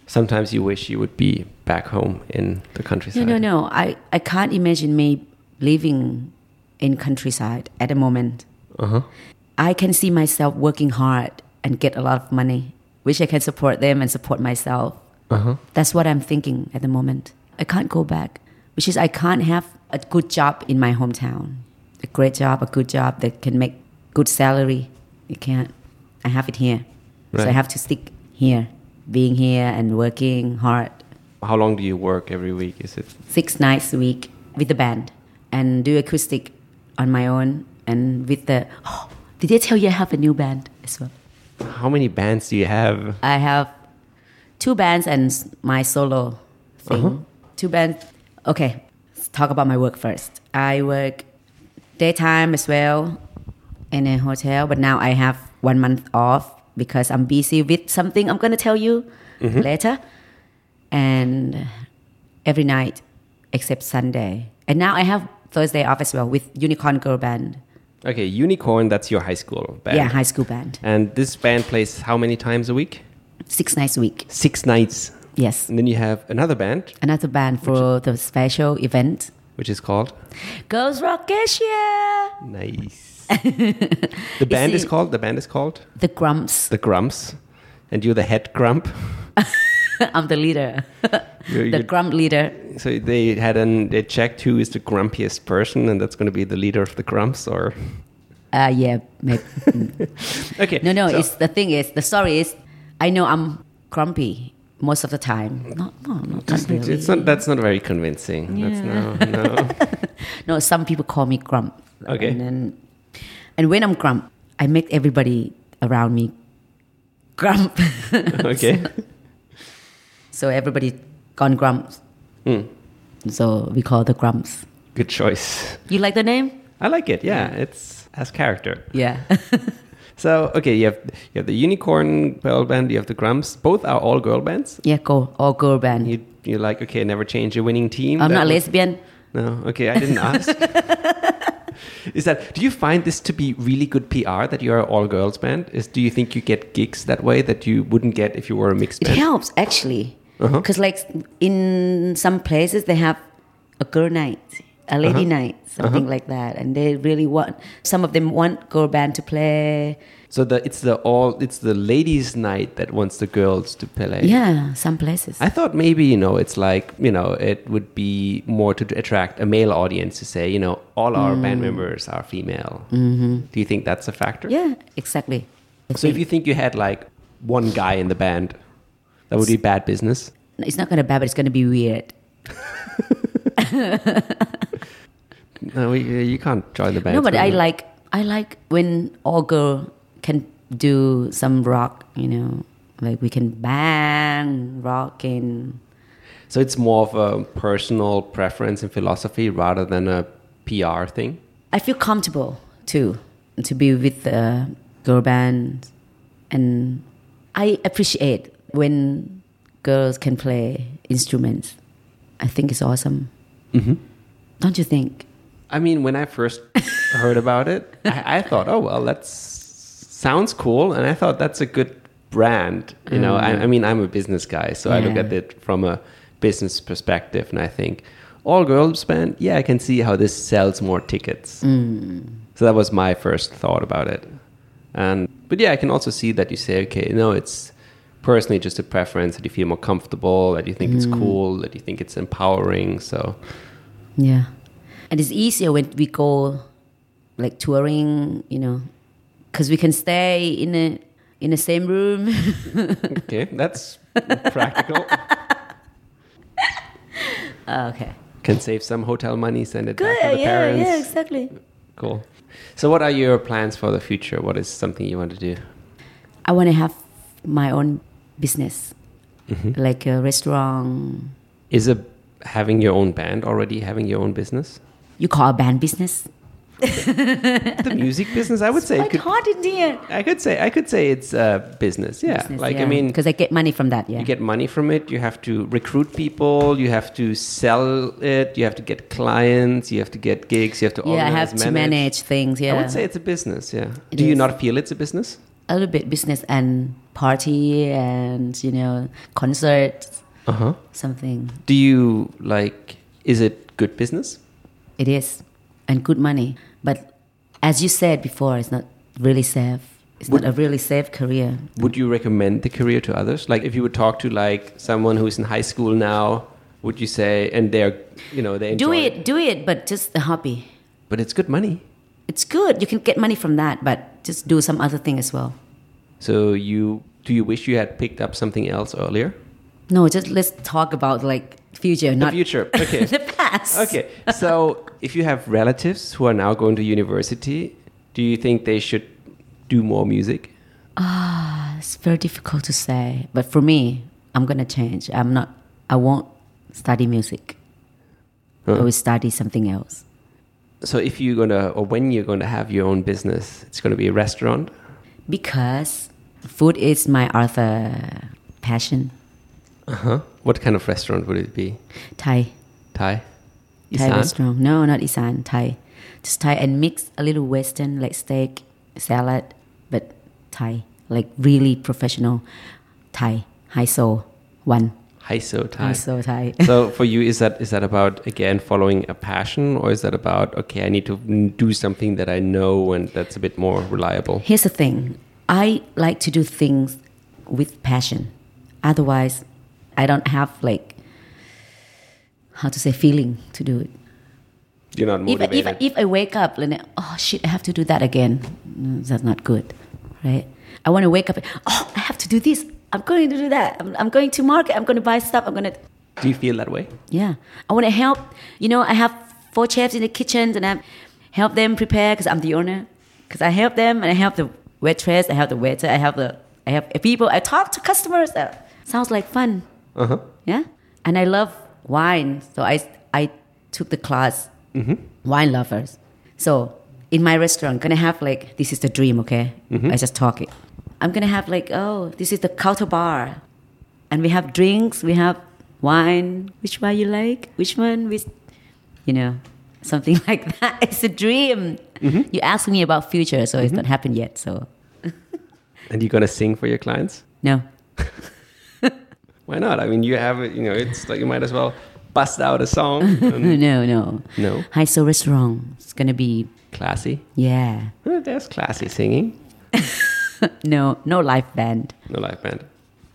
Speaker 3: sometimes you wish you would be back home in the
Speaker 1: No,
Speaker 3: countryside?
Speaker 1: no, no. I, I can't imagine me living in countryside at the moment.
Speaker 3: Uh huh.
Speaker 1: I can see myself working hard and get a lot of money, which I can support them and support myself.
Speaker 3: Uh huh.
Speaker 1: That's what I'm thinking at the moment. I can't go back, which is I can't have a good job in my hometown, a great job, a good job that can make good salary. You can't. I have it here, so I
Speaker 3: Right.
Speaker 1: have to stick here, being here and working hard
Speaker 3: How long do you work every week? Is it
Speaker 1: six nights a week with the band and do acoustic on my own and with the. [GASPS] Oh, did I tell you I have a new band as well?
Speaker 3: how many bands do you have?
Speaker 1: I have two bands and s- my solo thing. Two bands. Okay, let's talk about my work first. I work daytime as well in a hotel, but now I have one month off because I'm busy with something I'm gonna tell you later. And every night except Sunday. And now I have Thursday off as well with Unicorn Girl Band.
Speaker 3: Okay, Unicorn. That's your high school band.
Speaker 1: Yeah, high school band.
Speaker 3: And this band plays how many times a week?
Speaker 1: Six nights a week.
Speaker 3: Six nights.
Speaker 1: Yes.
Speaker 3: And then you have another band,
Speaker 1: Another band for the special event.
Speaker 3: which is called
Speaker 1: Girls Rock Asia. [LAUGHS]
Speaker 3: Nice. the band is
Speaker 1: it-
Speaker 3: called. The band is called
Speaker 1: The Grumps. [LAUGHS]
Speaker 3: the Grumps, and you're the head grump.
Speaker 1: I'm the leader,
Speaker 3: You're-
Speaker 1: [LAUGHS] the
Speaker 3: you're-
Speaker 1: Grump leader.
Speaker 3: so they had an they checked who is the grumpiest person, and that's going to be the leader of the Grumps. Or
Speaker 1: Uh, yeah, maybe.
Speaker 3: [LAUGHS] okay,
Speaker 1: no, no.
Speaker 3: so-
Speaker 1: it's the thing is the story is, I know I'm grumpy most of the time. No, no, no, not
Speaker 3: it's,
Speaker 1: really.
Speaker 3: it's not. That's not very convincing. That's no, [LAUGHS] no.
Speaker 1: No, some people call me grump.
Speaker 3: Okay.
Speaker 1: And then, and when I'm grump, I make everybody around me grump. [LAUGHS]
Speaker 3: [LAUGHS] okay,
Speaker 1: so everybody gone grumps.
Speaker 3: Hmm.
Speaker 1: So we call the grumps.
Speaker 3: good choice.
Speaker 1: You like the name?
Speaker 3: I like it. Yeah, it's as character.
Speaker 1: Yeah.
Speaker 3: So okay, you have you have the Unicorn girl band, you have the Grumps. Both are all girl bands.
Speaker 1: [LAUGHS] yeah, go all girl band.
Speaker 3: You you're like okay, never change your winning team.
Speaker 1: I'm
Speaker 3: That
Speaker 1: not
Speaker 3: was-
Speaker 1: lesbian.
Speaker 3: No, okay, I didn't ask. Is that do you find this to be really good PR that you're an all girls band? Is do you think you get gigs that way that you wouldn't get if you were a mixed
Speaker 1: It
Speaker 3: band?
Speaker 1: helps actually, because like in some places they have a girl night, a lady night, something like that, and they really want. Some of them want girl band to play.
Speaker 3: So the it's the all it's the ladies' night that wants the girls to play.
Speaker 1: Yeah, some places.
Speaker 3: I thought maybe you know it's like you know it would be more to attract a male audience to say you know all our band members are female. Mm-hmm. Do you think that's a factor?
Speaker 1: yeah, exactly. I
Speaker 3: So if you
Speaker 1: think.
Speaker 3: think you had like one guy in the band, that would be bad business.
Speaker 1: it's not gonna bad, but it's gonna be weird.
Speaker 3: No, we, uh, you can't join the band.
Speaker 1: no, but I like I like when all girl can do some rock. You know, like we can bang rock and
Speaker 3: So it's more of a personal preference and philosophy rather than a PR thing.
Speaker 1: I feel comfortable too to be with the girl band, and I appreciate when girls can play instruments. I think it's awesome. Mm-hmm. Don't you think?
Speaker 3: I mean, when I first heard about it, I, I thought, oh well, that sounds cool, and I thought that's a good brand. You know, I, I mean, I'm a business guy, so I look
Speaker 1: Yeah.
Speaker 3: at it from a business perspective, and I think all girls band. Yeah, I can see how this sells more tickets. So that was my first thought about it. And but yeah, I can also see that you say, okay, no, it's personally just a preference that you feel more comfortable, that you think it's cool, that you think it's empowering. So
Speaker 1: Yeah, and it's easier when we go like touring, you know, because we can stay in a in the same room. [LAUGHS]
Speaker 3: okay, that's practical.
Speaker 1: Oh, okay.
Speaker 3: Can save some hotel money, send it
Speaker 1: Good.
Speaker 3: back to the
Speaker 1: yeah,
Speaker 3: parents.
Speaker 1: yeah, exactly.
Speaker 3: Cool. So, what are your plans for the future? What is something you want to do?
Speaker 1: I want to have my own business,
Speaker 3: Mm-hmm.
Speaker 1: like a restaurant.
Speaker 3: Is a having your own band already having your own business?
Speaker 1: You call a band business? [LAUGHS]
Speaker 3: The music business, I would say.
Speaker 1: Quite
Speaker 3: Could,
Speaker 1: hard in there.
Speaker 3: I could say. I could say it's uh, business. Yeah. like I mean,
Speaker 1: because I get money from that. Yeah.
Speaker 3: you get money from it. You have to recruit people. You have to sell it. You have to get clients. You have to get gigs. You have to
Speaker 1: yeah, I
Speaker 3: organize,
Speaker 1: have to manage things. Yeah,
Speaker 3: I would say it's a business. Yeah.
Speaker 1: It
Speaker 3: do you
Speaker 1: is.
Speaker 3: not feel it's a business?
Speaker 1: a little bit business and party and you know concerts,
Speaker 3: Uh huh.
Speaker 1: something.
Speaker 3: Do you like? Is it good business?
Speaker 1: It is, and good money. But as you said before, it's not really safe. It's not a really safe career.
Speaker 3: Would you recommend the career to others? Like, if you would talk to like someone who's in high school now, would you say? And they're, you know, they enjoy
Speaker 1: Do it, do it, but just a hobby.
Speaker 3: but it's good money.
Speaker 1: It's good. You can get money from that, but just do some other thing as well.
Speaker 3: So you do you wish you had picked up something else earlier?
Speaker 1: No, just let's talk about like future,
Speaker 3: The
Speaker 1: not
Speaker 3: future. Okay.
Speaker 1: [LAUGHS] the past.
Speaker 3: Okay, so if you have relatives who are now going to university, do you think they should do more music?
Speaker 1: It's very difficult to say, but for me, I'm gonna change. I'm not. I won't study music. I
Speaker 3: Huh.
Speaker 1: will study something else.
Speaker 3: So if you're gonna or when you're gonna have your own business, it's gonna be a restaurant.
Speaker 1: because food is my other passion.
Speaker 3: Uh huh. What kind of restaurant would it be?
Speaker 1: Thai,
Speaker 3: Thai.
Speaker 1: Thai
Speaker 3: Isan?
Speaker 1: restaurant. No, not Isan. Thai, just Thai, and mix a little Western like steak, salad, but Thai, like really professional Thai, high soul one,
Speaker 3: Haiso Thai.
Speaker 1: high [LAUGHS] soul Thai.
Speaker 3: so for you, is that is that about again following a passion, or is that about okay, I need to do something that I know and that's a bit more reliable?
Speaker 1: Here's the thing I like to do things with passion. Otherwise, I don't have like how to say feeling to do it.
Speaker 3: You're not
Speaker 1: if,
Speaker 3: motivated.
Speaker 1: if, if I wake up and oh shit, I have to do that again. Mm, That's not good, right? I want to wake up. Oh, I have to do this. I'm going to do that. I'm, I'm going to market. I'm going to buy stuff. I'm going to
Speaker 3: do you feel that way?
Speaker 1: yeah. I want to help. You know, I have four chefs in the kitchen and I help them prepare because I'm the owner. Because I help them and I help the waitress. I help the waiter. I help the I help people. I talk to customers. Uh, sounds like fun.
Speaker 3: Uh huh.
Speaker 1: Yeah. And I love wine. So I, I took the class, wine lovers. So in my restaurant, going to have like, this is the dream, okay? I just talk it. I'm going to have like, oh, this is the counter bar. And we have drinks, we have wine. Which one you like? Which one? Which, you know, something [LAUGHS] like that. It's a dream. You asked me about future, so it's not happened yet. So
Speaker 3: And you're gonna sing for your clients?
Speaker 1: no.
Speaker 3: Why not? I mean, you have it. You know, it's like you might as well bust out a song. Um,
Speaker 1: [LAUGHS] no, no.
Speaker 3: No.
Speaker 1: Hi, so restaurant. It's going to be,
Speaker 3: classy.
Speaker 1: yeah.
Speaker 3: Eh, There's classy singing.
Speaker 1: No, no live band.
Speaker 3: No live band.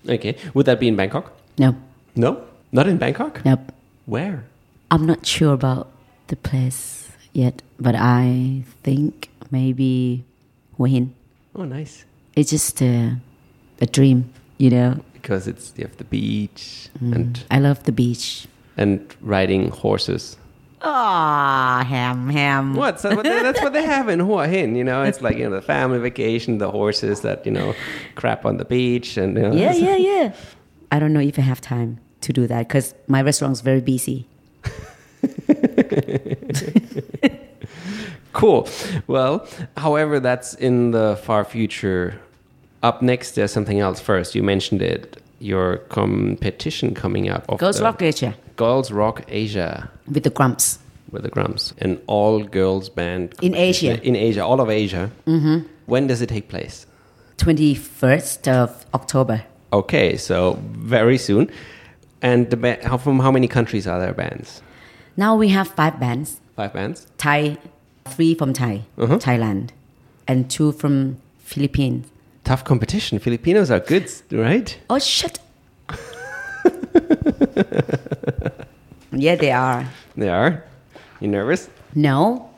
Speaker 3: Okay. Would that be in Bangkok?
Speaker 1: No,
Speaker 3: No, not in Bangkok.
Speaker 1: nope.
Speaker 3: Where?
Speaker 1: I'm not sure about the place yet, but I think maybe Hua Hin.
Speaker 3: Oh, nice.
Speaker 1: It's just a, a dream, you know.
Speaker 3: Because it's you have the beach
Speaker 1: Mm-hmm.
Speaker 3: and
Speaker 1: I love the beach.
Speaker 3: and riding horses.
Speaker 1: Ah, ham, ham.
Speaker 3: What? So, what they- that's what they have in Hua Hin. You know, it's like you know the family vacation, the horses that you know crap on the beach, and you know,
Speaker 1: Yeah, yeah, yeah. I don't know if I have time to do that because my restaurant's very busy.
Speaker 3: [LAUGHS] Cool. Well, however, that's in the far future. Up next, there's something else first. You mentioned it. Your competition coming up. Of
Speaker 1: Girls
Speaker 3: the-
Speaker 1: Rock Asia
Speaker 3: Girls Rock Asia
Speaker 1: with the grumps.
Speaker 3: with the Grumps. An all girls band.
Speaker 1: In
Speaker 3: competition.
Speaker 1: Asia.
Speaker 3: In Asia. All of Asia. Mm-hmm. When does it take place?
Speaker 1: 21st of October.
Speaker 3: Okay, so very soon. And the ba- how, from how many countries are there bands?
Speaker 1: Now we have five bands.
Speaker 3: Five bands?
Speaker 1: Thai, three from Thai,
Speaker 3: Uh-huh.
Speaker 1: Thailand, and two from Philippines.
Speaker 3: Tough competition. Filipinos are good, right?
Speaker 1: Oh shit! yeah, they are.
Speaker 3: They are. You nervous?
Speaker 1: No,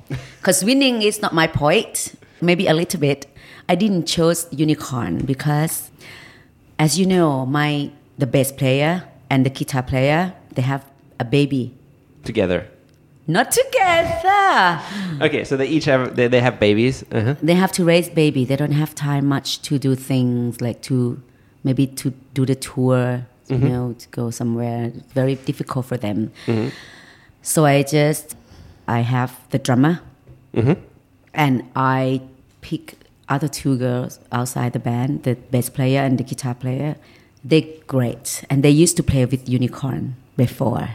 Speaker 1: because winning is not my point. Maybe a little bit. I didn't choose unicorn because, as you know, my the bass player and the guitar player they have a baby
Speaker 2: together.
Speaker 1: Not together.
Speaker 2: Okay, so they each have they, they have babies. Uh-huh.
Speaker 1: They have to raise baby. They don't have time much to do things like to maybe to do the tour, you know, to go somewhere. Very difficult for them. So I just I have the drummer, and I pick other two girls outside the band, the bass player and the guitar player. They're great, and they used to play with Unicorn before.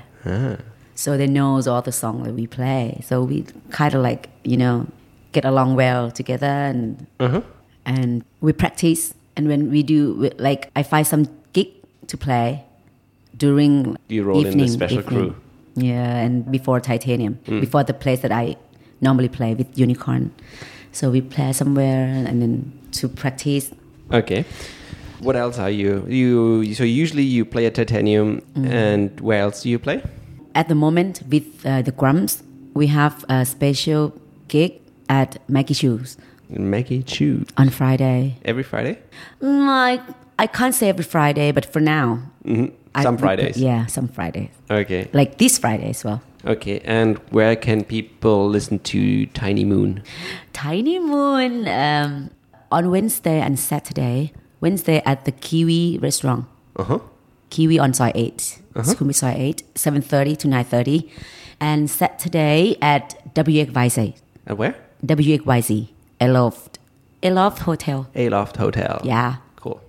Speaker 1: So they knows all the song that we play. So we kind of like you know get along well together, and
Speaker 2: Uh-huh.
Speaker 1: and we practice. And when we do, we- like I find some gig to play during
Speaker 2: You roll in the
Speaker 1: evening,
Speaker 2: special
Speaker 1: evening.
Speaker 2: crew. Mm.
Speaker 1: Yeah, and before Titanium, before the place that I normally play with Unicorn. So we play somewhere and then to practice.
Speaker 2: Okay. What else are you you so usually you play at Titanium
Speaker 1: Mm-hmm.
Speaker 2: and where else do you play?
Speaker 1: At the moment, with uh, the Grumps, we have a special gig at Maggie Shoes
Speaker 2: Maggie Chu
Speaker 1: on Friday.
Speaker 2: every Friday.
Speaker 1: Like, Mm, I can't say every Friday, but for now. I-
Speaker 2: Some
Speaker 1: we-
Speaker 2: Fridays.
Speaker 1: Yeah, some Fridays.
Speaker 2: Okay.
Speaker 1: Like this Friday as well.
Speaker 2: Okay. And where can people listen to Tiny Moon?
Speaker 1: Tiny Moon um, on Wednesday and Saturday. Wednesday at the Kiwi restaurant.
Speaker 2: Uh huh.
Speaker 1: Kiwi on Soy 8,
Speaker 2: Uh-huh.
Speaker 1: Sukumi Soy 8, 7.30 to 9.30. And Saturday at WXYZ,
Speaker 2: And where?
Speaker 1: WXYZ, Eloft, Eloft Hotel.
Speaker 2: Aloft Hotel.
Speaker 1: Yeah.
Speaker 2: Cool.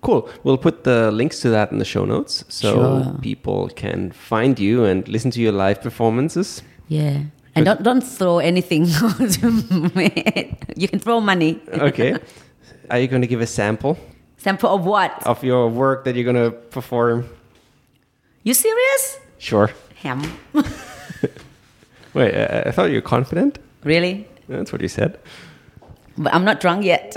Speaker 2: Cool. We'll put the links to that in the show notes so
Speaker 1: Sure.
Speaker 2: people can find you and listen to your live performances.
Speaker 1: Yeah. And don't, don't throw anything. [LAUGHS] you can throw money.
Speaker 2: Okay. Are you going to give a sample
Speaker 1: [LAUGHS] Sample of what?
Speaker 2: of your work that you're going to perform?
Speaker 1: You serious?
Speaker 2: Sure.
Speaker 1: Ham. [LAUGHS]
Speaker 2: Wait, I, I thought you were confident.
Speaker 1: Really?
Speaker 2: That's what you said.
Speaker 1: But I'm not drunk yet.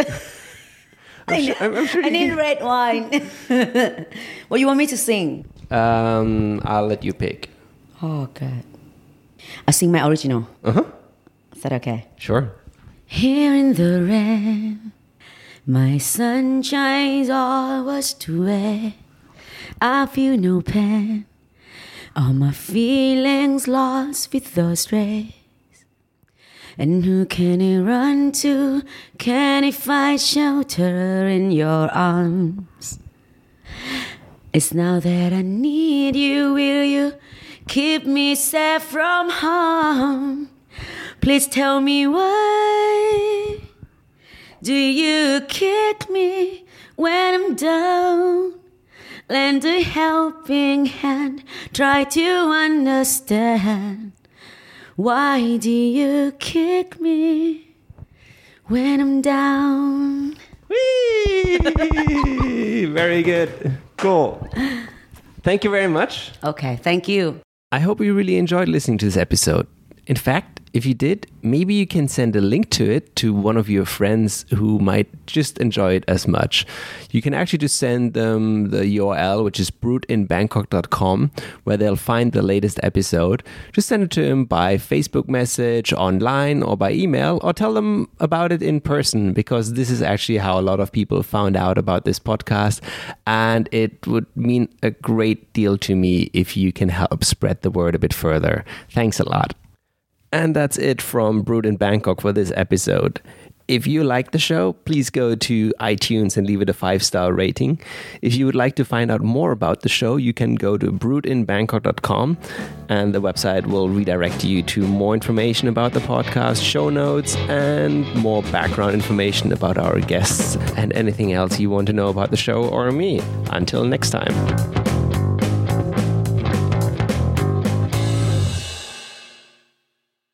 Speaker 2: I'm sure- I'm- I'm sure
Speaker 1: [LAUGHS] I
Speaker 2: you
Speaker 1: need red wine. [LAUGHS] what you want me to sing?
Speaker 2: Um, I'll let you pick.
Speaker 1: Oh God. I sing my original.
Speaker 2: Uh huh.
Speaker 1: Is that okay?
Speaker 2: Sure.
Speaker 1: Here in the rain, my sun shines all washed away. I feel no pain. All my feelings lost with those rays. And who can I run to? Can I find shelter in your arms? It's now that I need you. Will you keep me safe from harm? Please tell me why. Do you kick me when I'm down? Lend a helping hand, try to understand. Why do you kick me when I'm down?
Speaker 2: Whee! [LAUGHS] very good. Cool. Thank you very much.
Speaker 1: Okay, thank you.
Speaker 3: I hope you really enjoyed listening to this episode. In fact, if you did, maybe you can send a link to it to one of your friends who might just enjoy it as much. You can actually just send them the URL, which is brewedinbangkok.com, where they'll find the latest episode. Just send it to them by Facebook message, online, or by email, or tell them about it in person, because this is actually how a lot of people found out about this podcast. And it would mean a great deal to me if you can help spread the word a bit further. Thanks a lot. And that's it from Brood in Bangkok for this episode. If you like the show, please go to iTunes and leave it a five star rating. If you would like to find out more about the show, you can go to broodinbangkok.com and the website will redirect you to more information about the podcast, show notes, and more background information about our guests and anything else you want to know about the show or me. Until next time.